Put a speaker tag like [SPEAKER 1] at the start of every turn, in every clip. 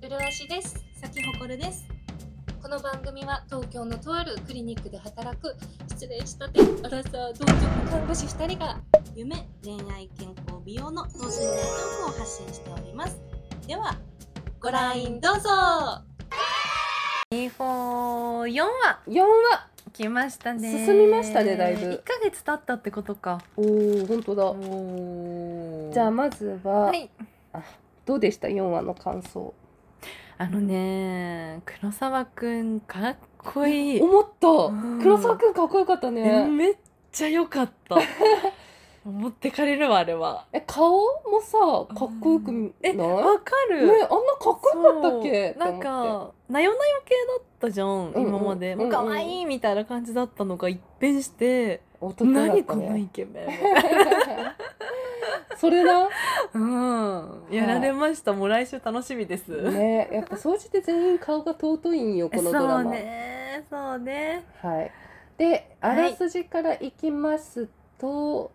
[SPEAKER 1] プルアシです
[SPEAKER 2] 咲ほこるです。
[SPEAKER 1] この番組は東京のとあるクリニックで働く失礼したてアラサー同居看護師2人が
[SPEAKER 2] 夢、恋愛、健康、美容の等身大トークを発信しております。では、
[SPEAKER 1] ご覧どうぞ
[SPEAKER 3] 四4話
[SPEAKER 4] 4話
[SPEAKER 3] 来ましたね
[SPEAKER 4] 進みましたねだいぶ
[SPEAKER 3] 1ヶ月経ったってことか
[SPEAKER 4] おー本当だ、
[SPEAKER 3] お
[SPEAKER 4] じゃあまずは、
[SPEAKER 3] はい
[SPEAKER 4] どうでした4話の感想
[SPEAKER 3] あのね黒沢くんかっこいい、
[SPEAKER 4] 思った、
[SPEAKER 3] うん
[SPEAKER 4] 黒沢くんかっこよかったね、
[SPEAKER 3] えめっちゃ良かった 持ってかれるわあれは
[SPEAKER 4] え顔もさかっこよく
[SPEAKER 3] う
[SPEAKER 4] な
[SPEAKER 3] ん、え
[SPEAKER 4] い
[SPEAKER 3] わか
[SPEAKER 4] ねあ
[SPEAKER 3] る、
[SPEAKER 4] んなかっこよかったっけ
[SPEAKER 3] そうなんかなよなよ系だったじゃん、
[SPEAKER 4] うん
[SPEAKER 3] 今までもう可愛いみたいな感じだったのが一変して、
[SPEAKER 4] と思って男だ
[SPEAKER 3] 何
[SPEAKER 4] った
[SPEAKER 3] このイ
[SPEAKER 4] ね
[SPEAKER 3] ケメン
[SPEAKER 4] それな
[SPEAKER 3] うんやられました、もう来週楽しみです、
[SPEAKER 4] ねやっぱ総じて全員顔が尊いんよこのドラマ、
[SPEAKER 3] そうねそうね
[SPEAKER 4] はいであらすじからいきますと、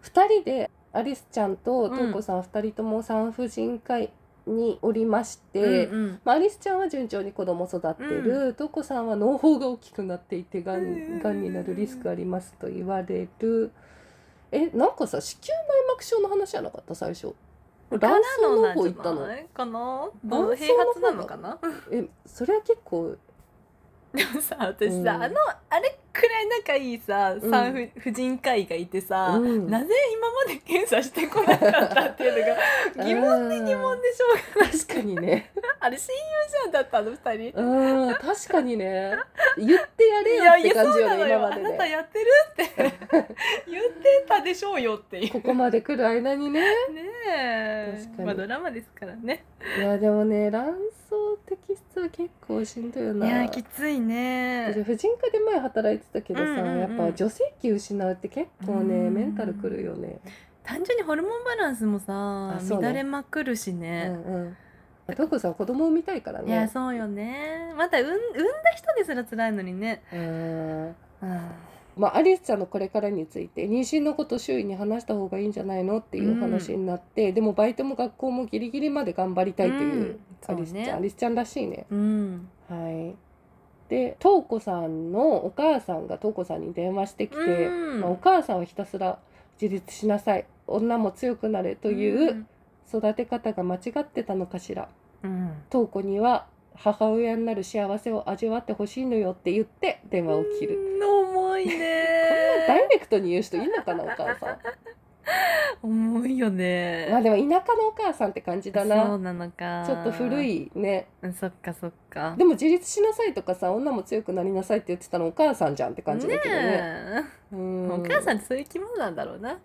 [SPEAKER 4] 二人でアリスちゃんとトウコさん二人とも産婦人科医におりまして、
[SPEAKER 3] うんうん
[SPEAKER 4] まあ、アリスちゃんは順調に子供育ってる、トウコさんは脳胞が大きくなっていてが
[SPEAKER 3] うんうんうん
[SPEAKER 4] ん
[SPEAKER 3] うん
[SPEAKER 4] がんになるリスクありますと言われるえなんかさ子宮内膜症の話じゃなかった最初卵巣の方行った
[SPEAKER 3] な
[SPEAKER 4] の
[SPEAKER 3] んじゃないかな
[SPEAKER 4] 卵巣の
[SPEAKER 3] どう
[SPEAKER 4] 方
[SPEAKER 3] 併発なのかな
[SPEAKER 4] えそれは結構
[SPEAKER 3] でもさ私さ、
[SPEAKER 4] うん
[SPEAKER 3] あのあれくらい仲いいさ
[SPEAKER 4] うん
[SPEAKER 3] 産婦婦人科医がいてさ、
[SPEAKER 4] うん
[SPEAKER 3] なぜ今まで検査してこなかったっていうのが疑問
[SPEAKER 4] で
[SPEAKER 3] 疑問でしょう
[SPEAKER 4] 確かにね
[SPEAKER 3] がないあれ親友じゃんだったあの二人
[SPEAKER 4] うん確かにね言ってやれ
[SPEAKER 3] い
[SPEAKER 4] よ
[SPEAKER 3] や
[SPEAKER 4] っ
[SPEAKER 3] い
[SPEAKER 4] て
[SPEAKER 3] や
[SPEAKER 4] 感
[SPEAKER 3] そ
[SPEAKER 4] じ
[SPEAKER 3] う
[SPEAKER 4] よ
[SPEAKER 3] なの
[SPEAKER 4] ね今
[SPEAKER 3] よ
[SPEAKER 4] ま
[SPEAKER 3] あ
[SPEAKER 4] で
[SPEAKER 3] なた
[SPEAKER 4] ね
[SPEAKER 3] やってるって 言ってたでしょうよっていう
[SPEAKER 4] ここまで来る間にね
[SPEAKER 3] ねえ
[SPEAKER 4] 確かに
[SPEAKER 3] まあドラマですからね
[SPEAKER 4] いやでもね卵巣摘出は結構しんどいよ
[SPEAKER 3] い
[SPEAKER 4] な
[SPEAKER 3] やきついね
[SPEAKER 4] 私婦人科で前働いてたけどさ、
[SPEAKER 3] うんうんうん
[SPEAKER 4] やっぱ女性器失うって結構ね、
[SPEAKER 3] うん
[SPEAKER 4] メンタルくるよね、
[SPEAKER 3] 単純にホルモンバランスもさ、
[SPEAKER 4] あそうね
[SPEAKER 3] 乱れまくるし
[SPEAKER 4] うん
[SPEAKER 3] ね、
[SPEAKER 4] うんトコさん子供産みたいからね
[SPEAKER 3] いやそうよねまた産ん産んだ人ですら辛いのにね
[SPEAKER 4] うんまあ、アリスちゃんのこれからについて妊娠のこと周囲に話した方がいいんじゃないのっていう話になって、でもバイトも学校もギリギリまで頑張りたいという、
[SPEAKER 3] うん
[SPEAKER 4] アリスちゃ
[SPEAKER 3] そう
[SPEAKER 4] ん、
[SPEAKER 3] ね
[SPEAKER 4] アリスちゃんらしいね
[SPEAKER 3] うん
[SPEAKER 4] はいで瞳子さんのお母さんが瞳子さんに電話してきて、
[SPEAKER 3] うん
[SPEAKER 4] まあお母さんはひたすら自立しなさい女も強くなれという育て方が間違ってたのかしら
[SPEAKER 3] うん
[SPEAKER 4] 瞳子には母親になる幸せを味わってほしいのよって言って電話を切る、
[SPEAKER 3] うん重い
[SPEAKER 4] ダイ
[SPEAKER 3] ね
[SPEAKER 4] レクトに言う人いいのかなお母さん
[SPEAKER 3] 重いよね
[SPEAKER 4] まあでも田舎のお母さんって感じだ
[SPEAKER 3] そう
[SPEAKER 4] な
[SPEAKER 3] なのか
[SPEAKER 4] ちょっと古いね
[SPEAKER 3] うんそっかそっか
[SPEAKER 4] でも自立しなさいとかさ女も強くなりなさいって言ってたのお母さんじゃんって感じだけどね
[SPEAKER 3] ねえ
[SPEAKER 4] うん
[SPEAKER 3] お母さんってそういう生き物なんだろうな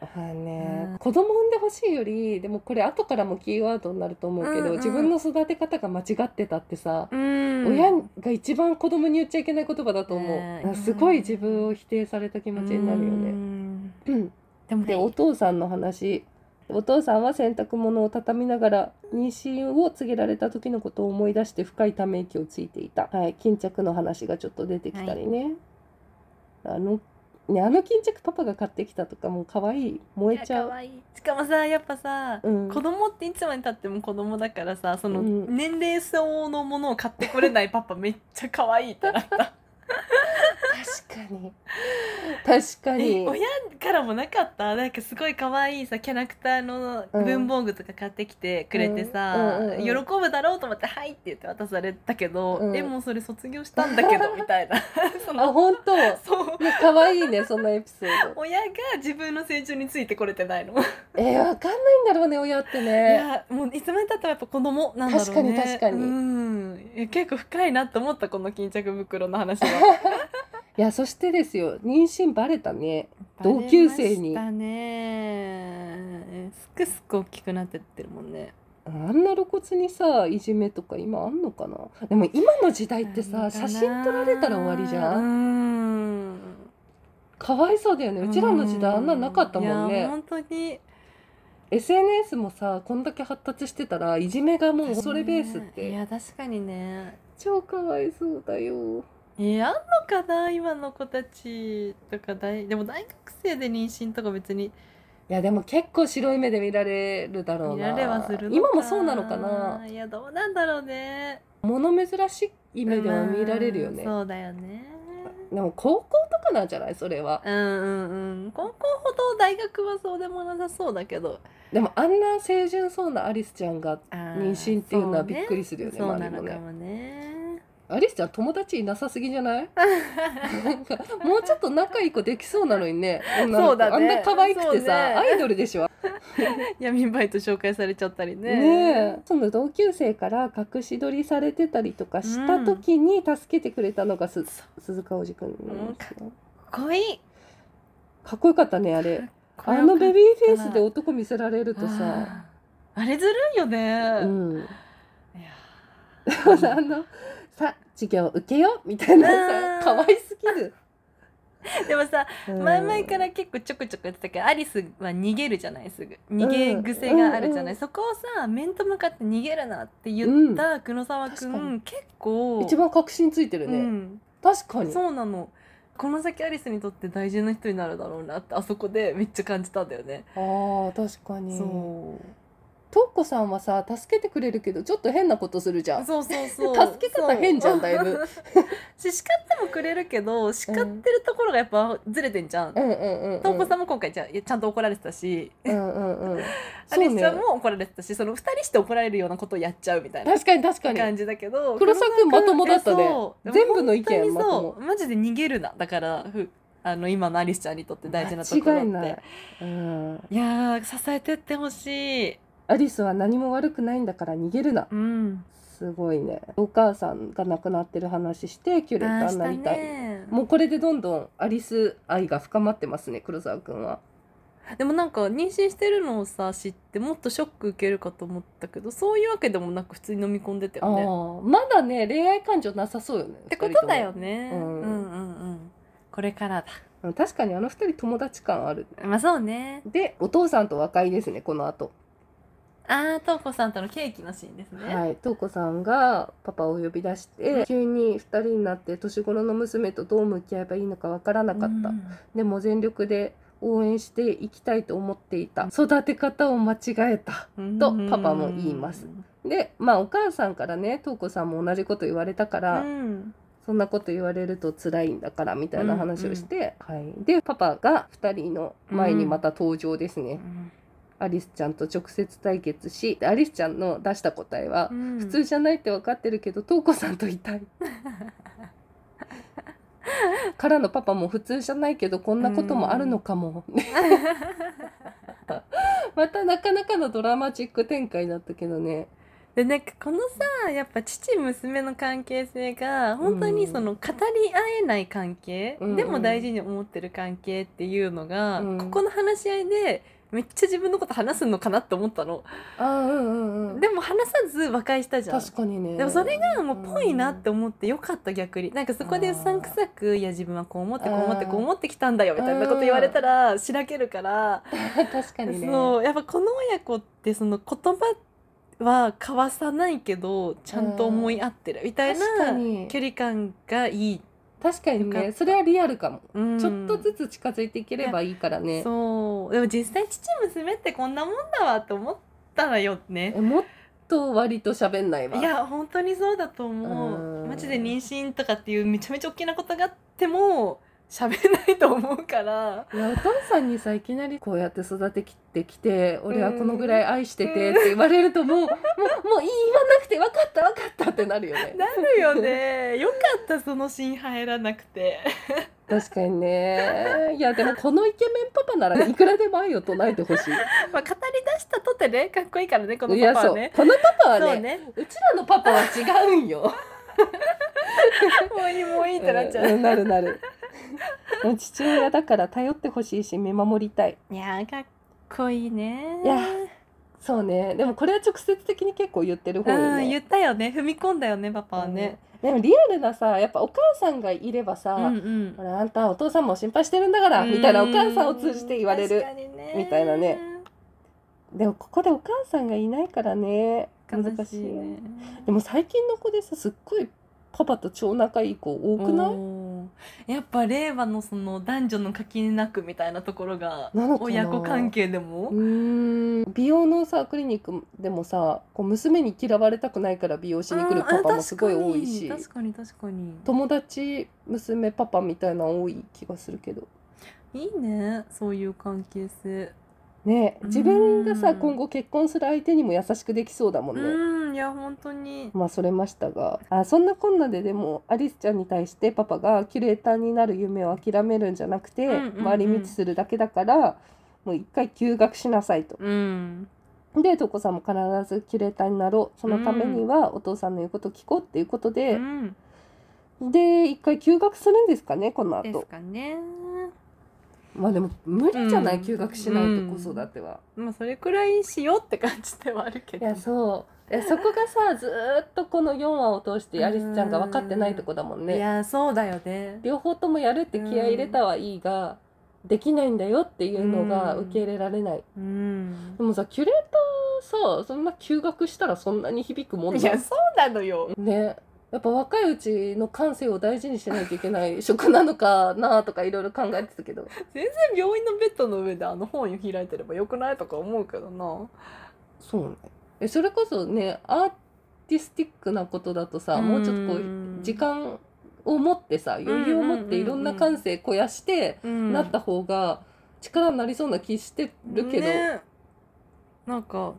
[SPEAKER 4] はいね、
[SPEAKER 3] うん
[SPEAKER 4] 子供産んでほしいよりでもこれ後からもキーワードになると思うけど、
[SPEAKER 3] うんうん
[SPEAKER 4] 自分の育て方が間違ってたってさ、
[SPEAKER 3] うん
[SPEAKER 4] 親が一番子供に言っちゃいけない言葉だと思う、
[SPEAKER 3] ねえ
[SPEAKER 4] あすごい自分を否定された気持ちになるよ
[SPEAKER 3] ね
[SPEAKER 4] ね。うん
[SPEAKER 3] でも
[SPEAKER 4] でお父さんの話お父さんは洗濯物を畳みながら妊娠を告げられた時のことを思い出して深いため息をついていた、はい、巾着の話がちょっと出てきたりね、あのねあの巾着パパが買ってきたとかもう可愛い燃えちゃう
[SPEAKER 3] 可愛いしかもさやっぱさ、
[SPEAKER 4] うん
[SPEAKER 3] 子供っていつまでたっても子供だからさその
[SPEAKER 4] うん
[SPEAKER 3] 年齢層のものを買ってこれないパパめっちゃ可愛いってなった、
[SPEAKER 4] 確かに確か
[SPEAKER 3] え
[SPEAKER 4] に
[SPEAKER 3] 親からもなかったなんかすごい可愛いさキャラクターの文房具とか買ってきてくれてさ、
[SPEAKER 4] うんうんうんうん
[SPEAKER 3] 喜ぶだろうと思って「はい」って言って渡されたけど、
[SPEAKER 4] うん
[SPEAKER 3] えもうそれ卒業したんだけどみたいな そ
[SPEAKER 4] あ
[SPEAKER 3] の
[SPEAKER 4] 本 当ね
[SPEAKER 3] そう
[SPEAKER 4] 可愛いねそのエピソ ード
[SPEAKER 3] 親が自分の成長についてこれてないの、
[SPEAKER 4] えー、わかんないんだろうね親って
[SPEAKER 3] い
[SPEAKER 4] ね
[SPEAKER 3] やもういつまでたってもやっぱ子供なんだろうね
[SPEAKER 4] 確かに確かに
[SPEAKER 3] うんいや結構深いなと思ったこの巾着袋の話は
[SPEAKER 4] いやそしてですよ妊娠バレたね 同級生に
[SPEAKER 3] バレましたねすくすく大きくなってってるもんね
[SPEAKER 4] あんな露骨にさいじめとか今あんのかなでも今の時代って
[SPEAKER 3] な
[SPEAKER 4] さ
[SPEAKER 3] んかな
[SPEAKER 4] 写真撮られたら終わりじゃん
[SPEAKER 3] うん
[SPEAKER 4] かわいそうだよねうちらの時代あんななかったもん
[SPEAKER 3] いや
[SPEAKER 4] ね
[SPEAKER 3] 本当に
[SPEAKER 4] SNS もさこんだけ発達してたらいじめがもうそれベースっ
[SPEAKER 3] い
[SPEAKER 4] て
[SPEAKER 3] や確かにね
[SPEAKER 4] 超かわいそうだよ
[SPEAKER 3] えあんのかな今の子たちとか大でも大学生で妊娠とか別に
[SPEAKER 4] いやでも結構白い目で見られるだろう
[SPEAKER 3] 見
[SPEAKER 4] な
[SPEAKER 3] られはするのか
[SPEAKER 4] 今もそうなのかない
[SPEAKER 3] やどうなんだろうね
[SPEAKER 4] 物珍しい目では見られるよね
[SPEAKER 3] うんそうだよね
[SPEAKER 4] でも高校とかなんじゃないそれは
[SPEAKER 3] うんうんうん高校ほど大学はそうでもなさそうだけど
[SPEAKER 4] でもあんな清純そうなアリスちゃんが
[SPEAKER 3] 妊
[SPEAKER 4] 妊娠っていうのはびっくりするよね
[SPEAKER 3] そう
[SPEAKER 4] 周
[SPEAKER 3] な
[SPEAKER 4] り
[SPEAKER 3] の
[SPEAKER 4] もね
[SPEAKER 3] かもね
[SPEAKER 4] アリスちゃん友達いなさすぎじゃない なんかもうちょっと仲いい子できそうなのにね女の
[SPEAKER 3] そ
[SPEAKER 4] 子
[SPEAKER 3] うだね
[SPEAKER 4] あんな可愛くて
[SPEAKER 3] そう
[SPEAKER 4] さ、
[SPEAKER 3] ね
[SPEAKER 4] アイドルでしょ
[SPEAKER 3] 闇バイト紹介されちゃったりね
[SPEAKER 4] ねえその同級生から隠し撮りされてたりとかした時に助けてくれたのがす、鈴鹿おじくんなんですよ
[SPEAKER 3] かっこいい
[SPEAKER 4] かっこよかったねあれあのベビーフェイスで男見せられるとさ
[SPEAKER 3] あーあれずるいよね、
[SPEAKER 4] う
[SPEAKER 3] い
[SPEAKER 4] ん
[SPEAKER 3] や
[SPEAKER 4] あのさ授業受けようみたい
[SPEAKER 3] う
[SPEAKER 4] な
[SPEAKER 3] ん
[SPEAKER 4] さ可愛すぎる、
[SPEAKER 3] ーでもさ、
[SPEAKER 4] うん
[SPEAKER 3] 前々から結構ちょくちょく言ってたけどアリスは逃げるじゃないすぐ逃げ癖があるじゃ
[SPEAKER 4] うんう
[SPEAKER 3] な
[SPEAKER 4] んう
[SPEAKER 3] い、
[SPEAKER 4] ん
[SPEAKER 3] そこをさ面と向かって逃げるなって言った黒沢く
[SPEAKER 4] 確か
[SPEAKER 3] ん、
[SPEAKER 4] に
[SPEAKER 3] 結構
[SPEAKER 4] 一番確信ついてるね、
[SPEAKER 3] うん
[SPEAKER 4] 確かに
[SPEAKER 3] そうなのこの先アリスにとって大事な人になるだろうなってあそこでめっちゃ感じたんだよね、
[SPEAKER 4] ああ確かに
[SPEAKER 3] そう
[SPEAKER 4] とっこさんはさ助けてくれるけどちょっと変なことするじゃん
[SPEAKER 3] そうそうそう
[SPEAKER 4] 助け方変じゃんだいぶ
[SPEAKER 3] し叱ってもくれるけど叱ってるところがやっぱずれてんじゃん、
[SPEAKER 4] うんうんうんうん
[SPEAKER 3] ともこさんも今回ちゃんいやちゃんと怒られてたし、
[SPEAKER 4] うんうんうん
[SPEAKER 3] アリスちゃんも怒られてたしその二人して怒られるようなことをやっちゃうみたいな
[SPEAKER 4] 確かに確かに
[SPEAKER 3] 感じだけど
[SPEAKER 4] 黒沢君まともだったね
[SPEAKER 3] えそう
[SPEAKER 4] 全部の意見
[SPEAKER 3] でも本当に
[SPEAKER 4] まと
[SPEAKER 3] そうマジで逃げるなだからふあの今のアリスちゃんにとって大事なところっ
[SPEAKER 4] 間違
[SPEAKER 3] て
[SPEAKER 4] いない、うん、
[SPEAKER 3] いやー支えてってほしい。
[SPEAKER 4] アリスは何も悪くないんだから逃げるな
[SPEAKER 3] うん。
[SPEAKER 4] すごいねお母さんが亡くなってる話してキュレーターになりたい
[SPEAKER 3] ね
[SPEAKER 4] もうこれでどんどんアリス愛が深まってますね黒沢くんは
[SPEAKER 3] でもなんか妊娠してるのをさ知ってもっとショック受けるかと思ったけどそういうわけでもなく普通に飲み込んでた
[SPEAKER 4] あ
[SPEAKER 3] よね。っ
[SPEAKER 4] ーまだね恋愛感情なさそうよねって
[SPEAKER 3] ことだよね。
[SPEAKER 4] う
[SPEAKER 3] うんんうんうん。これからだ。
[SPEAKER 4] 確かにあの二人友達感ある
[SPEAKER 3] まあそうね。
[SPEAKER 4] でお父さんと和解ですねこの後
[SPEAKER 3] ああとうこさんとのケーキのシーンですね。
[SPEAKER 4] はい、とうこさんがパパを呼び出して急に2人になって年頃の娘とどう向き合えばいいのかわからなかった、
[SPEAKER 3] うん
[SPEAKER 4] でも全力で応援していきたいと思っていた育て方を間違えたとパパも言います。でまあお母さんからねとうこさんも同じこと言われたか
[SPEAKER 3] う
[SPEAKER 4] ら、
[SPEAKER 3] ん。
[SPEAKER 4] そんなこと言われると辛いんだからみたいな話をして、はい、でパパが2人の前にまた登場ですね、アリスちゃんと直接対決しでアリスちゃんの出した答えは「
[SPEAKER 3] 普
[SPEAKER 4] 普通じゃないって分かってるけど瞳子さんといたいからのパパも普通じゃないけどこんなこともあるのかも またなかなかのドラマチック展開だったけどね
[SPEAKER 3] でなんかこのさやっぱ父娘の関係性が本当にその語り合えない関係、
[SPEAKER 4] うん
[SPEAKER 3] でも大事に思ってる関係っていうのが、
[SPEAKER 4] うん
[SPEAKER 3] ここの話し合いでめっちゃ自分のこと話すのかなって思ったの、
[SPEAKER 4] ああうんうんうん
[SPEAKER 3] でも話さず和解したじゃん
[SPEAKER 4] 確かにね
[SPEAKER 3] でもそれがもうぽいなって思ってよかった逆になんかそこでうさんくさく「いや自分はこう思ってこう思ってこう思ってきたんだよ」みたいなこと言われたらしらけるから。
[SPEAKER 4] 確かにね
[SPEAKER 3] そうやっぱこの親子ってその言葉は交わさないけどちゃんと思い合ってるみたい
[SPEAKER 4] 確か
[SPEAKER 3] な
[SPEAKER 4] に
[SPEAKER 3] 距離感がいい、
[SPEAKER 4] 確かに
[SPEAKER 3] よかっ
[SPEAKER 4] ね
[SPEAKER 3] た
[SPEAKER 4] それはリアルかも、
[SPEAKER 3] うん
[SPEAKER 4] ちょっとずつ近づいていければいいからね
[SPEAKER 3] そうでも実際父娘ってこんなもんだわと思ったらよね
[SPEAKER 4] えもっと割と喋んないわ
[SPEAKER 3] いや本当にそうだと思
[SPEAKER 4] う
[SPEAKER 3] うんマジで妊娠とかっていうめちゃめちゃ大きなことがあっても喋んないと思うから
[SPEAKER 4] いやお父さんにさいきなりこうやって育ててきて俺はこのぐらい愛しててって言われると もう、もうもう言い言わなくて分かった分かったってなるよね
[SPEAKER 3] なるよ ねよかったそのシーン入らなくて
[SPEAKER 4] 確かにねいやでもこのイケメンパパならいくらでも愛を唱えてほしい
[SPEAKER 3] まあ語り出したとてねかっこいいからねこの
[SPEAKER 4] いや
[SPEAKER 3] パパは
[SPEAKER 4] そう
[SPEAKER 3] ね。
[SPEAKER 4] このパパは
[SPEAKER 3] そう
[SPEAKER 4] ね
[SPEAKER 3] ね。
[SPEAKER 4] うちらのパパは違う んよ
[SPEAKER 3] もういいもういいってなっちゃ
[SPEAKER 4] う
[SPEAKER 3] う。
[SPEAKER 4] んなるなる父親だから頼ってほしいし見守りたい
[SPEAKER 3] いやーかっこいいね。
[SPEAKER 4] いやそうねでもこれは直接的に結構言ってる方よ
[SPEAKER 3] うん
[SPEAKER 4] ね
[SPEAKER 3] 言ったよね踏み込んだよねパパはね。
[SPEAKER 4] でもリアルなさやっぱお母さんがいればさ、
[SPEAKER 3] うんうん
[SPEAKER 4] ほ。らあんたお父さんも心配してるんだからみたいなお母さんを通じて言われ
[SPEAKER 3] うん
[SPEAKER 4] る
[SPEAKER 3] 確かにね
[SPEAKER 4] みたいなね。でもここでお母さんがいないからね
[SPEAKER 3] 悲
[SPEAKER 4] 難し
[SPEAKER 3] しい
[SPEAKER 4] いよ
[SPEAKER 3] ね。
[SPEAKER 4] でも最近の子でさすっごいパパと超仲いい子多くない
[SPEAKER 3] おーやっぱ令和のその男女の垣根なくみたいなところが
[SPEAKER 4] なのかな
[SPEAKER 3] 親子関係でも、
[SPEAKER 4] うーん美容のさクリニックでもさこう娘に嫌われたくないから美容師に来るパパもすごい多いし
[SPEAKER 3] あー確かに確かに確か
[SPEAKER 4] 友達娘パパみたいなの多い気がするけど
[SPEAKER 3] にいいねそういう関係性
[SPEAKER 4] ね自分が
[SPEAKER 3] う
[SPEAKER 4] さ
[SPEAKER 3] ん
[SPEAKER 4] 今後結婚する相手にも優しくできそうだもんね。
[SPEAKER 3] うんいや本当に
[SPEAKER 4] まあそれましたがあそんなこんなででもアリスちゃんに対してパパがキュレーターになる夢を諦めるんじゃなくて、
[SPEAKER 3] うんうんうん
[SPEAKER 4] 回り道するだけだからもう一回休学しなさいと。
[SPEAKER 3] うん
[SPEAKER 4] でトコさんも必ずキュレーターになろうそのためにはお父さんの言うこと聞こうっていうこと
[SPEAKER 3] う
[SPEAKER 4] で、
[SPEAKER 3] ん
[SPEAKER 4] で一回休学するんですかねこの
[SPEAKER 3] です
[SPEAKER 4] 後
[SPEAKER 3] かね
[SPEAKER 4] まあでも無理じゃない、
[SPEAKER 3] うん
[SPEAKER 4] 休学しないと子育ては。
[SPEAKER 3] まあそれくらいしようって感じではあるけ
[SPEAKER 4] い
[SPEAKER 3] ど
[SPEAKER 4] やそういやそこがさずーっとこの4話を通してアリスちゃんが分かってないとこだもんね。
[SPEAKER 3] いやそうだよね
[SPEAKER 4] 両方ともやるって気合い入れたはいいが、できないんだよっていうのが
[SPEAKER 3] うん
[SPEAKER 4] 受け入れられない、
[SPEAKER 3] うん
[SPEAKER 4] でもさキュレーターさそんな休学したらそんなに響くもん
[SPEAKER 3] い
[SPEAKER 4] だ
[SPEAKER 3] やそうなのよ
[SPEAKER 4] ねやっぱ若いうちの感性を大事にしないとい けない職なのかなとかいろいろ考えてたけど
[SPEAKER 3] 全然病院のベッドの上であの本を開いてればよくないとか思うけどな
[SPEAKER 4] そうねえそれこそねアーティスティックなことだとさもうちょっとこ
[SPEAKER 3] うん
[SPEAKER 4] う時間を持ってさ余裕を持っていろんな感性肥やしてなった方が力になりそうな気してるけど、
[SPEAKER 3] ねなんか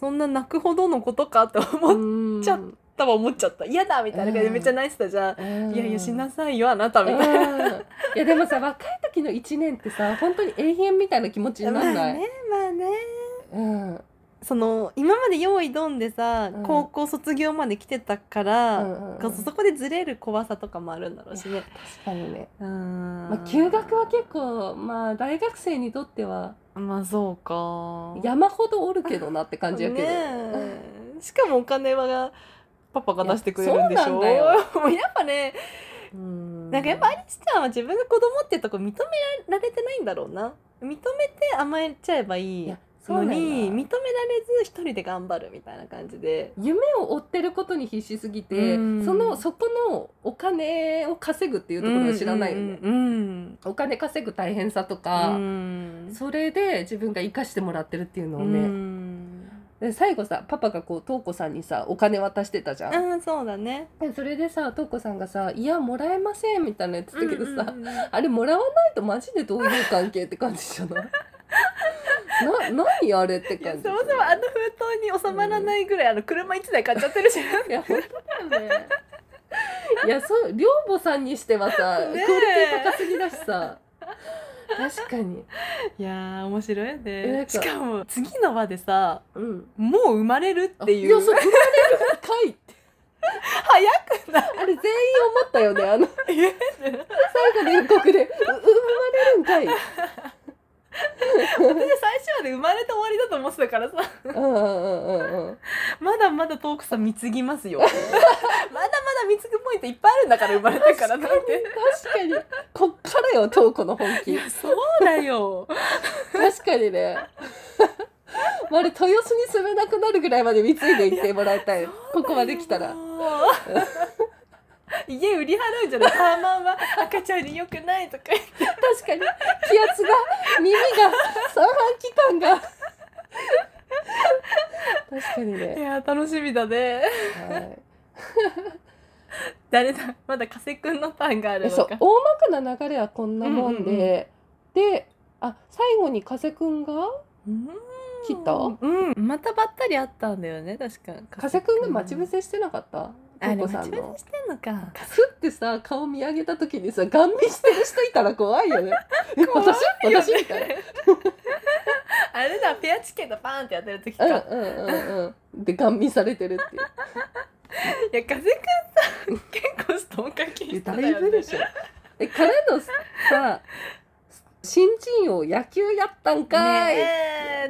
[SPEAKER 3] そんな泣くほどのことかって思っ
[SPEAKER 4] うん
[SPEAKER 3] ちゃたは思っちゃった嫌だみたいな感じで
[SPEAKER 4] うん
[SPEAKER 3] めっちゃ泣いてたじゃん、
[SPEAKER 4] うん
[SPEAKER 3] いやいやしなさいよあなたみたいな、
[SPEAKER 4] うんいやでもさ若い時の1年ってさ本当に永遠みたいな気持ちにな
[SPEAKER 3] ま
[SPEAKER 4] ら
[SPEAKER 3] あ
[SPEAKER 4] ない、
[SPEAKER 3] ねまあね
[SPEAKER 4] うんうん
[SPEAKER 3] その今まで用意どんでさ、
[SPEAKER 4] うん
[SPEAKER 3] 高校卒業まで来てたから、
[SPEAKER 4] うんうん
[SPEAKER 3] こそそこでずれる怖さとかもあるんだろうしね。
[SPEAKER 4] 確かにね、
[SPEAKER 3] うん
[SPEAKER 4] まあ、休学は結構まあ大学生にとっては
[SPEAKER 3] まあそうか
[SPEAKER 4] 山ほどおるけどなって感じやけど、
[SPEAKER 3] ねえしかもお金はパパが出してくれるんでしょ
[SPEAKER 4] いや
[SPEAKER 3] もうやっぱね
[SPEAKER 4] うん
[SPEAKER 3] なんかやっぱアリスちゃんは自分が子供ってとこ認められてないんだろうな認めて甘えちゃえばい
[SPEAKER 4] い
[SPEAKER 3] い
[SPEAKER 4] やそう
[SPEAKER 3] の
[SPEAKER 4] なんだ
[SPEAKER 3] に認められず一人で頑張るみたいな感じで
[SPEAKER 4] 夢を追ってることに必死すぎて、
[SPEAKER 3] うん
[SPEAKER 4] そのそこのお金を稼ぐっていうところを知らないよね、
[SPEAKER 3] うん
[SPEAKER 4] お金稼ぐ大変さと
[SPEAKER 3] う
[SPEAKER 4] か、
[SPEAKER 3] ん
[SPEAKER 4] それで自分が生かしてもらってるっていうのをね、
[SPEAKER 3] うん
[SPEAKER 4] で最後さパパがこう瞳子さんにさお金渡してたじゃん、
[SPEAKER 3] ああそうだね
[SPEAKER 4] でそれでさ瞳子さんがさ「いやもらえません」みたいなやつだけどさ、
[SPEAKER 3] うんうんうん
[SPEAKER 4] あれもらわないとマジでどういう関係って感じじゃないな 何あれって
[SPEAKER 3] いや
[SPEAKER 4] 感
[SPEAKER 3] そ
[SPEAKER 4] じ
[SPEAKER 3] もそもあの封筒に収まらないぐらい、あの車一台買っちゃってるし
[SPEAKER 4] いや本当だよねいやそう寮母さんにしてはさ、
[SPEAKER 3] ねえ
[SPEAKER 4] クオリティ高すぎだしさ確かに
[SPEAKER 3] いやー面白い
[SPEAKER 4] えなん
[SPEAKER 3] ね
[SPEAKER 4] か
[SPEAKER 3] しかも次の場でさ
[SPEAKER 4] うん
[SPEAKER 3] もう生まれるってい
[SPEAKER 4] や
[SPEAKER 3] う
[SPEAKER 4] そう言われる回って
[SPEAKER 3] 早くない
[SPEAKER 4] あれ全員思ったよねあの
[SPEAKER 3] え
[SPEAKER 4] 最後の予告でう「生まれるんかい」
[SPEAKER 3] 私は最初まで生まれて終わりだと思ってたからさ
[SPEAKER 4] うんうんうんうん
[SPEAKER 3] まだまだトークさん貢ぎますよ まだまだ貢ぐポイントいっぱいあるんだから生まれてからなんて
[SPEAKER 4] 確かにこっからよ瞳子の本
[SPEAKER 3] い
[SPEAKER 4] 気
[SPEAKER 3] やそうだよ
[SPEAKER 4] 確かにねまああれ豊洲に住めなくなるぐらいまで貢いでいってもらいたいここまで来たら
[SPEAKER 3] もう 家売り払うんじゃないターマンは赤ちゃんに良くないとか言って
[SPEAKER 4] 確かに気圧が耳が三半規管が確かに
[SPEAKER 3] い
[SPEAKER 4] ね、
[SPEAKER 3] や楽しみだね
[SPEAKER 4] はい
[SPEAKER 3] 誰だまだ加瀬くんのターンがある
[SPEAKER 4] そ
[SPEAKER 3] の
[SPEAKER 4] う
[SPEAKER 3] か
[SPEAKER 4] 大まかな流れはこんなも
[SPEAKER 3] う
[SPEAKER 4] ん
[SPEAKER 3] んうん
[SPEAKER 4] で、であ最後に加瀬くんが
[SPEAKER 3] うん
[SPEAKER 4] 来た
[SPEAKER 3] うんまたばったり会ったんだよね確か
[SPEAKER 4] 加瀬くんが待ち伏せしてなかった
[SPEAKER 3] あれ
[SPEAKER 4] 瞳
[SPEAKER 3] 待
[SPEAKER 4] 子さ
[SPEAKER 3] ち
[SPEAKER 4] ん
[SPEAKER 3] 伏
[SPEAKER 4] の
[SPEAKER 3] せしてんのか
[SPEAKER 4] ふってさ顔見上げた時にさガン見してる人いたら怖いよねえ
[SPEAKER 3] 怖いよ
[SPEAKER 4] 私
[SPEAKER 3] ね
[SPEAKER 4] 私みたいな。
[SPEAKER 3] あれだペアチケットパーンってやってる時
[SPEAKER 4] う
[SPEAKER 3] か、
[SPEAKER 4] ん
[SPEAKER 3] い
[SPEAKER 4] うんうんうん。で、ガン見されてる っていう。
[SPEAKER 3] や風くんさ結構ストーカー気
[SPEAKER 4] いや
[SPEAKER 3] 質
[SPEAKER 4] だ
[SPEAKER 3] だよ
[SPEAKER 4] いぶ
[SPEAKER 3] ね
[SPEAKER 4] でしょ。 え、彼のさ、新人王野球やったんかい。
[SPEAKER 3] ね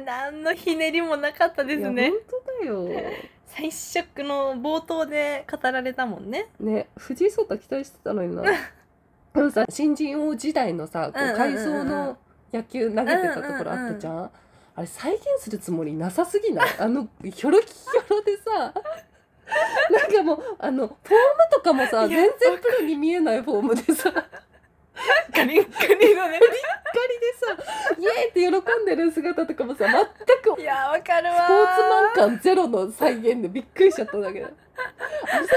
[SPEAKER 3] え何のひねりもなかったです
[SPEAKER 4] いや
[SPEAKER 3] ね
[SPEAKER 4] 本当だよ。
[SPEAKER 3] 最初の冒頭で語られたもんね
[SPEAKER 4] ね、藤井聡太期待してたの にな。でもさ、新人王時代のさ、
[SPEAKER 3] う
[SPEAKER 4] こ
[SPEAKER 3] んうんう
[SPEAKER 4] うん改造の野球投げてたところあったじゃん。あれ再現するつもりなさすぎないあのひょろきひょろでさなんかももあのフォームとかもさ
[SPEAKER 3] い
[SPEAKER 4] 全
[SPEAKER 3] や
[SPEAKER 4] 然プロに見えないフォームでさ
[SPEAKER 3] ガリッガリのね。
[SPEAKER 4] イエーイって喜んでる姿とかもさ全 く
[SPEAKER 3] いやー、わかるわー。
[SPEAKER 4] スポーツマン感ゼロの再現でびっくりしちゃったんだけどあ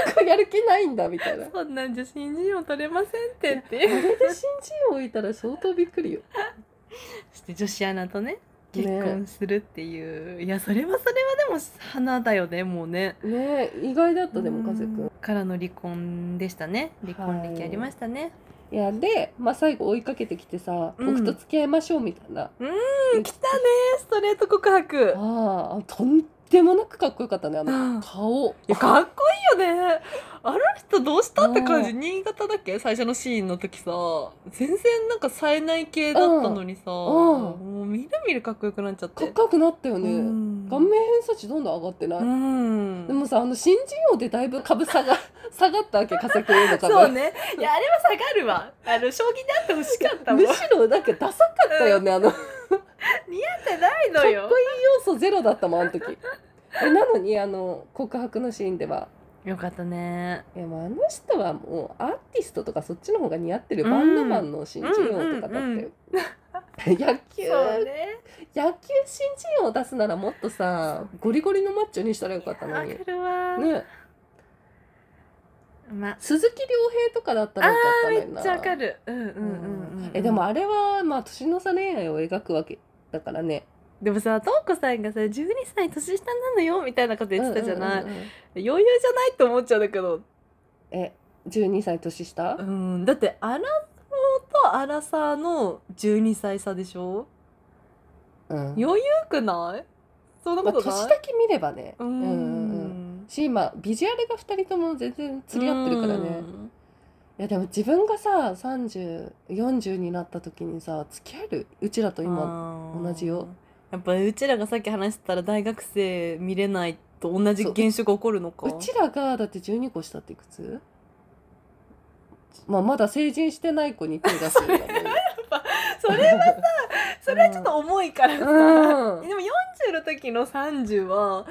[SPEAKER 4] そこやる気ないんだみたいなあ
[SPEAKER 3] そんなんじゃ新人を取れませんってって
[SPEAKER 4] れ
[SPEAKER 3] いう。
[SPEAKER 4] で新人王いたら相当びっくりよ
[SPEAKER 3] そして女子アナとね、
[SPEAKER 4] ね
[SPEAKER 3] 結婚するっていう。いや、それはそれはでも花だよね、もうね。
[SPEAKER 4] ねえ意外だったでもかせく
[SPEAKER 3] うん
[SPEAKER 4] ん
[SPEAKER 3] からの離婚でしたね。離婚歴ありましたね。
[SPEAKER 4] いやで、まあ、最後追いかけてきてさ、
[SPEAKER 3] うん
[SPEAKER 4] 僕と付き合いましょうみたいな
[SPEAKER 3] うん、来たねー、ストレート告白。
[SPEAKER 4] ああとんでもなくかっこよかったねあ
[SPEAKER 3] うん
[SPEAKER 4] の顔
[SPEAKER 3] いやかっこいいよねあの人どうしたって感じ
[SPEAKER 4] う
[SPEAKER 3] 新潟だっけ最初のシーンの時さ全然なんか冴えない系だったのにさ、
[SPEAKER 4] ん
[SPEAKER 3] もうみるみるかっこよくなっちゃっ
[SPEAKER 4] かってこよくなったよね、
[SPEAKER 3] うん
[SPEAKER 4] 顔面偏差値どんどん上がってない、
[SPEAKER 3] うん
[SPEAKER 4] でもさあの新人王でだいぶ株下が下がったわけ化石王の株
[SPEAKER 3] そうねいやあれは下がるわあの将棋であってほしかったもん
[SPEAKER 4] むしろなんかダサかったよねあのかっ
[SPEAKER 3] ってないの
[SPEAKER 4] こいい
[SPEAKER 3] よ
[SPEAKER 4] 要素ゼロだったもんあの時えなのにあの告白のシーンでは
[SPEAKER 3] よかったね
[SPEAKER 4] いやもうあの人はもうアーティストとかそっちの方が似合ってるバンドマンの新人王とかだった
[SPEAKER 3] う
[SPEAKER 4] よ、
[SPEAKER 3] んうんうん
[SPEAKER 4] 野球
[SPEAKER 3] そうね
[SPEAKER 4] 野球新人王を出すならもっとさゴリゴリのマッチョにしたらよかったの
[SPEAKER 3] わか
[SPEAKER 4] にね
[SPEAKER 3] るわ、まあ
[SPEAKER 4] 鈴木亮平とかだったらよかった
[SPEAKER 3] め
[SPEAKER 4] の
[SPEAKER 3] っ
[SPEAKER 4] にな
[SPEAKER 3] ちゃわかるうんうんうんうん
[SPEAKER 4] えでもあれはまあ年の差恋愛を描くわけだからね
[SPEAKER 3] でもさとうこさんがさ12歳年下なのよみたいなこと言ってたじゃない、
[SPEAKER 4] うんうんうんうん
[SPEAKER 3] 余裕じゃないと思っちゃうんだけど
[SPEAKER 4] え12歳年下
[SPEAKER 3] うんだってアラフォーとアラサーの12歳差でしょ
[SPEAKER 4] うん
[SPEAKER 3] 余裕くないそんな
[SPEAKER 4] まあ、
[SPEAKER 3] ことない、
[SPEAKER 4] 年だけ見ればね
[SPEAKER 3] うーん
[SPEAKER 4] うんうんし今ビジュアルが2人とも全然釣り合ってるからね
[SPEAKER 3] うん
[SPEAKER 4] いやでも自分がさ3040になった時にさ付き合えるうちらと今
[SPEAKER 3] あー
[SPEAKER 4] 同じよ
[SPEAKER 3] やっぱうちらがさっき話してたら大学生見れないと同じ現象が起こるのか
[SPEAKER 4] うちらがだって12個下っていくつまあまだ成人してない子に手出すんだね
[SPEAKER 3] それはさそれはちょっと重いからさ、
[SPEAKER 4] うん
[SPEAKER 3] でも40の時の30は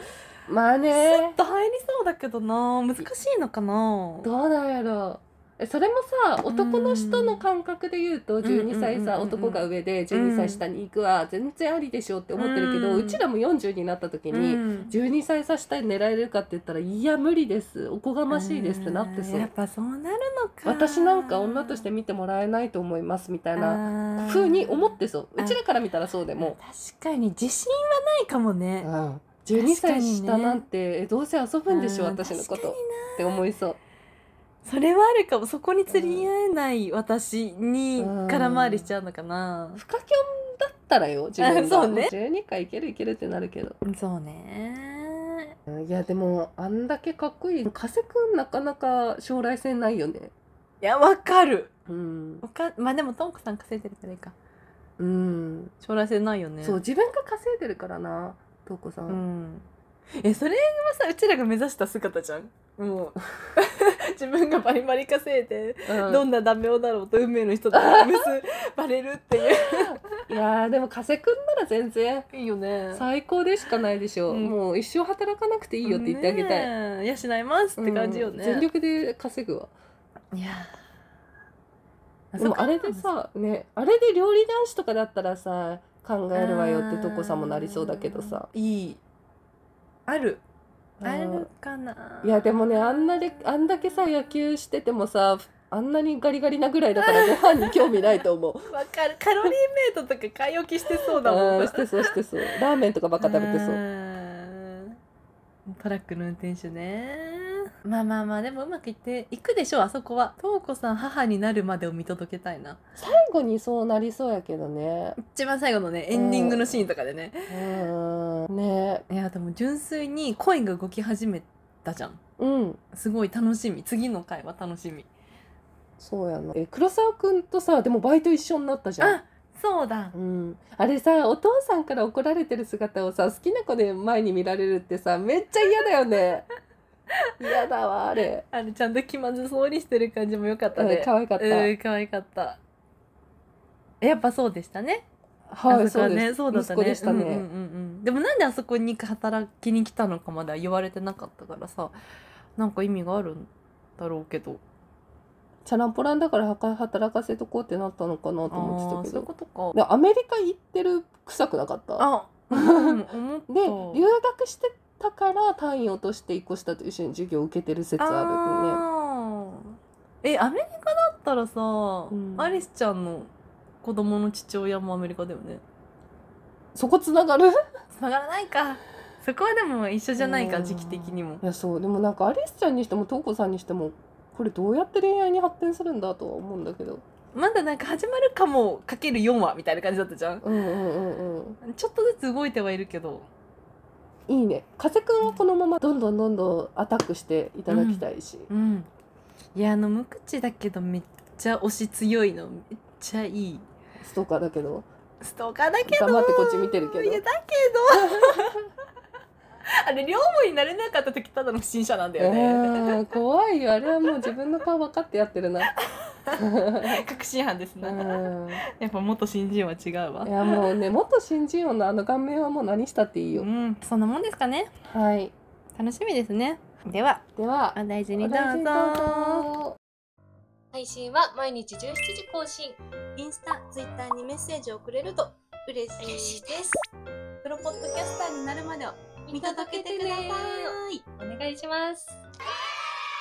[SPEAKER 4] まあ
[SPEAKER 3] ス
[SPEAKER 4] ね
[SPEAKER 3] ッと入りそうだけどな難しいのかな
[SPEAKER 4] どうなんやろうえそれもさ男の人の感覚で言うと
[SPEAKER 3] んうんうんうん
[SPEAKER 4] 12歳さ男が上で12歳下に行くは全然ありでしょって思ってるけど
[SPEAKER 3] うん
[SPEAKER 4] うちらも40になった時
[SPEAKER 3] う
[SPEAKER 4] に
[SPEAKER 3] ん
[SPEAKER 4] 12歳差下に狙えるかって言ったらいや無理ですおこがましいですってなってそ
[SPEAKER 3] んやっ
[SPEAKER 4] う
[SPEAKER 3] ぱそうなるのか
[SPEAKER 4] 私なんか女として見てもらえないと思いますみたいな
[SPEAKER 3] な
[SPEAKER 4] 風に思ってそううちらから見たらそうでも
[SPEAKER 3] 確かに自信はないかもね
[SPEAKER 4] うん12
[SPEAKER 3] 確か
[SPEAKER 4] 歳
[SPEAKER 3] にね
[SPEAKER 4] 下なんてえどうせ遊ぶんでしょ
[SPEAKER 3] うん
[SPEAKER 4] 私のこ
[SPEAKER 3] 確
[SPEAKER 4] と
[SPEAKER 3] かに
[SPEAKER 4] って思いそう
[SPEAKER 3] なそれはあるかもそこに釣り合えない私に
[SPEAKER 4] うん
[SPEAKER 3] 空回りしちゃうのかな、
[SPEAKER 4] フカキョンだったらよ自分が
[SPEAKER 3] そうね
[SPEAKER 4] 12回いけるいけるってなるけど
[SPEAKER 3] そうね
[SPEAKER 4] いやでもあんだけかっこいい加瀬くんなかなか将来性ないよね
[SPEAKER 3] いやわかる
[SPEAKER 4] うん
[SPEAKER 3] わかまあでもトンクさん稼いでるからいいか
[SPEAKER 4] うん、
[SPEAKER 3] 将来性ないよね
[SPEAKER 4] そう自分が稼いでるからな瞳子さん、
[SPEAKER 3] うんえそれはさうちらが目指した姿じゃん もう自分がバリバリ稼いで、
[SPEAKER 4] うん
[SPEAKER 3] どんなダメ男だろうと運命の人と結 ばれるっていう
[SPEAKER 4] いやーでも加瀬くんなら全然
[SPEAKER 3] いいよね
[SPEAKER 4] 最高でしかないでしょ、
[SPEAKER 3] うん
[SPEAKER 4] もう一生働かなくていいよって言ってあげたい、
[SPEAKER 3] い。養いますって感じよね。
[SPEAKER 4] うん全力で稼ぐわ
[SPEAKER 3] いやー。
[SPEAKER 4] でもあれでさねあれで料理男子とかだったらさ考えるわよって瞳子さんもなりそうだけど
[SPEAKER 3] あ
[SPEAKER 4] さ
[SPEAKER 3] ー。いい。ある。
[SPEAKER 4] うん
[SPEAKER 3] あるかな。
[SPEAKER 4] いやでもねあんなであんだけさ野球しててもさあんなにガリガリなぐらいだからご飯に興味ないと思う
[SPEAKER 3] わかる。カロリーメイトとか買い置きしてそうだもん。
[SPEAKER 4] うんしてそうしてそうラーメンとかばっか食べてそううん
[SPEAKER 3] トラックの運転手ねまあまあまあでもうまくいっていくでしょうあそこは瞳子さん母になるまでを見届けたいな
[SPEAKER 4] 最後にそうなりそうやけどね
[SPEAKER 3] 一番最後のねエンディングのシーンとかでね
[SPEAKER 4] うんね
[SPEAKER 3] いやでも純粋に恋が動き始めたじゃん
[SPEAKER 4] うん
[SPEAKER 3] すごい楽しみ次の回は楽しみ
[SPEAKER 4] そうやなえ黒沢くんとさでもバイト一緒になったじゃん
[SPEAKER 3] あそうだ
[SPEAKER 4] うん、あれさお父さんから怒られてる姿をさ好きな子で前に見られるってさめっちゃ嫌だ よね嫌だわあれ
[SPEAKER 3] あれちゃんと気まずそうにしてる感じもよかった
[SPEAKER 4] うん
[SPEAKER 3] ね
[SPEAKER 4] 可愛かった、
[SPEAKER 3] うん可愛かったやっぱそうでしたね
[SPEAKER 4] はい
[SPEAKER 3] あそ
[SPEAKER 4] そ
[SPEAKER 3] こは
[SPEAKER 4] うです、
[SPEAKER 3] ねそうだったね
[SPEAKER 4] 息子でしたね、
[SPEAKER 3] うんうんうんうんでもなんであそこに働きに来たのかまだ言われてなかったからさなんか意味があるんだろうけど
[SPEAKER 4] チャランポランだから働かせとこうってなったのかなと
[SPEAKER 3] あ
[SPEAKER 4] 思っ
[SPEAKER 3] ー
[SPEAKER 4] てた
[SPEAKER 3] そういう
[SPEAKER 4] けど
[SPEAKER 3] ことか
[SPEAKER 4] でアメリカ行ってる臭くなかった
[SPEAKER 3] あ、うん思った
[SPEAKER 4] で留学してたから単位落として一個下と一緒に授業を受けてる説あ
[SPEAKER 3] あーえアメリカだったらさ、
[SPEAKER 4] ん
[SPEAKER 3] アリスちゃんの子供の父親もアメリカだよね
[SPEAKER 4] るねそこつながるい
[SPEAKER 3] つながらないかそこはでも一緒じゃないか
[SPEAKER 4] うん
[SPEAKER 3] 時期的にも
[SPEAKER 4] やそうでもなんかアリスちゃんにしてもトウコさんにしてもこれどうやって恋愛に発展するんだとは思うんだけど
[SPEAKER 3] まだなんか始まるかもかける4話みたいな感じだったじゃん
[SPEAKER 4] うんうんうんうん
[SPEAKER 3] ちょっとずつ動いてはいるけど
[SPEAKER 4] いいね加瀬くんはこのままどんどんどんどんアタックしていただきたいし、
[SPEAKER 3] うんいやあの無口だけどめっちゃ推し強いのめっちゃいい
[SPEAKER 4] ストーカーだけど
[SPEAKER 3] ストーカーだけど
[SPEAKER 4] 黙ってこっち見てるけど
[SPEAKER 3] いやだけどあれ両思いになれなかった時ただの不審者なんだよね、
[SPEAKER 4] うん怖いよあれはもう自分の顔分かってやってるな
[SPEAKER 3] 確信犯です
[SPEAKER 4] う
[SPEAKER 3] な、
[SPEAKER 4] ん
[SPEAKER 3] やっぱ元新人は違うわ
[SPEAKER 4] いやもうね元新人王のあの顔面はもう何したっていいうよ、
[SPEAKER 3] んそんなもんですかね
[SPEAKER 4] はい
[SPEAKER 3] 楽しみですねでは
[SPEAKER 4] では
[SPEAKER 3] お大事
[SPEAKER 4] お
[SPEAKER 3] にど
[SPEAKER 4] 大事
[SPEAKER 3] うぞ
[SPEAKER 4] にどうぞ
[SPEAKER 1] 配信は毎日17時更新
[SPEAKER 2] インスタ、ツイッターにメッセージをくれると嬉しい
[SPEAKER 1] 嬉しいです
[SPEAKER 2] プロポッドキャスターになるまでは見届けてください。
[SPEAKER 1] お願いします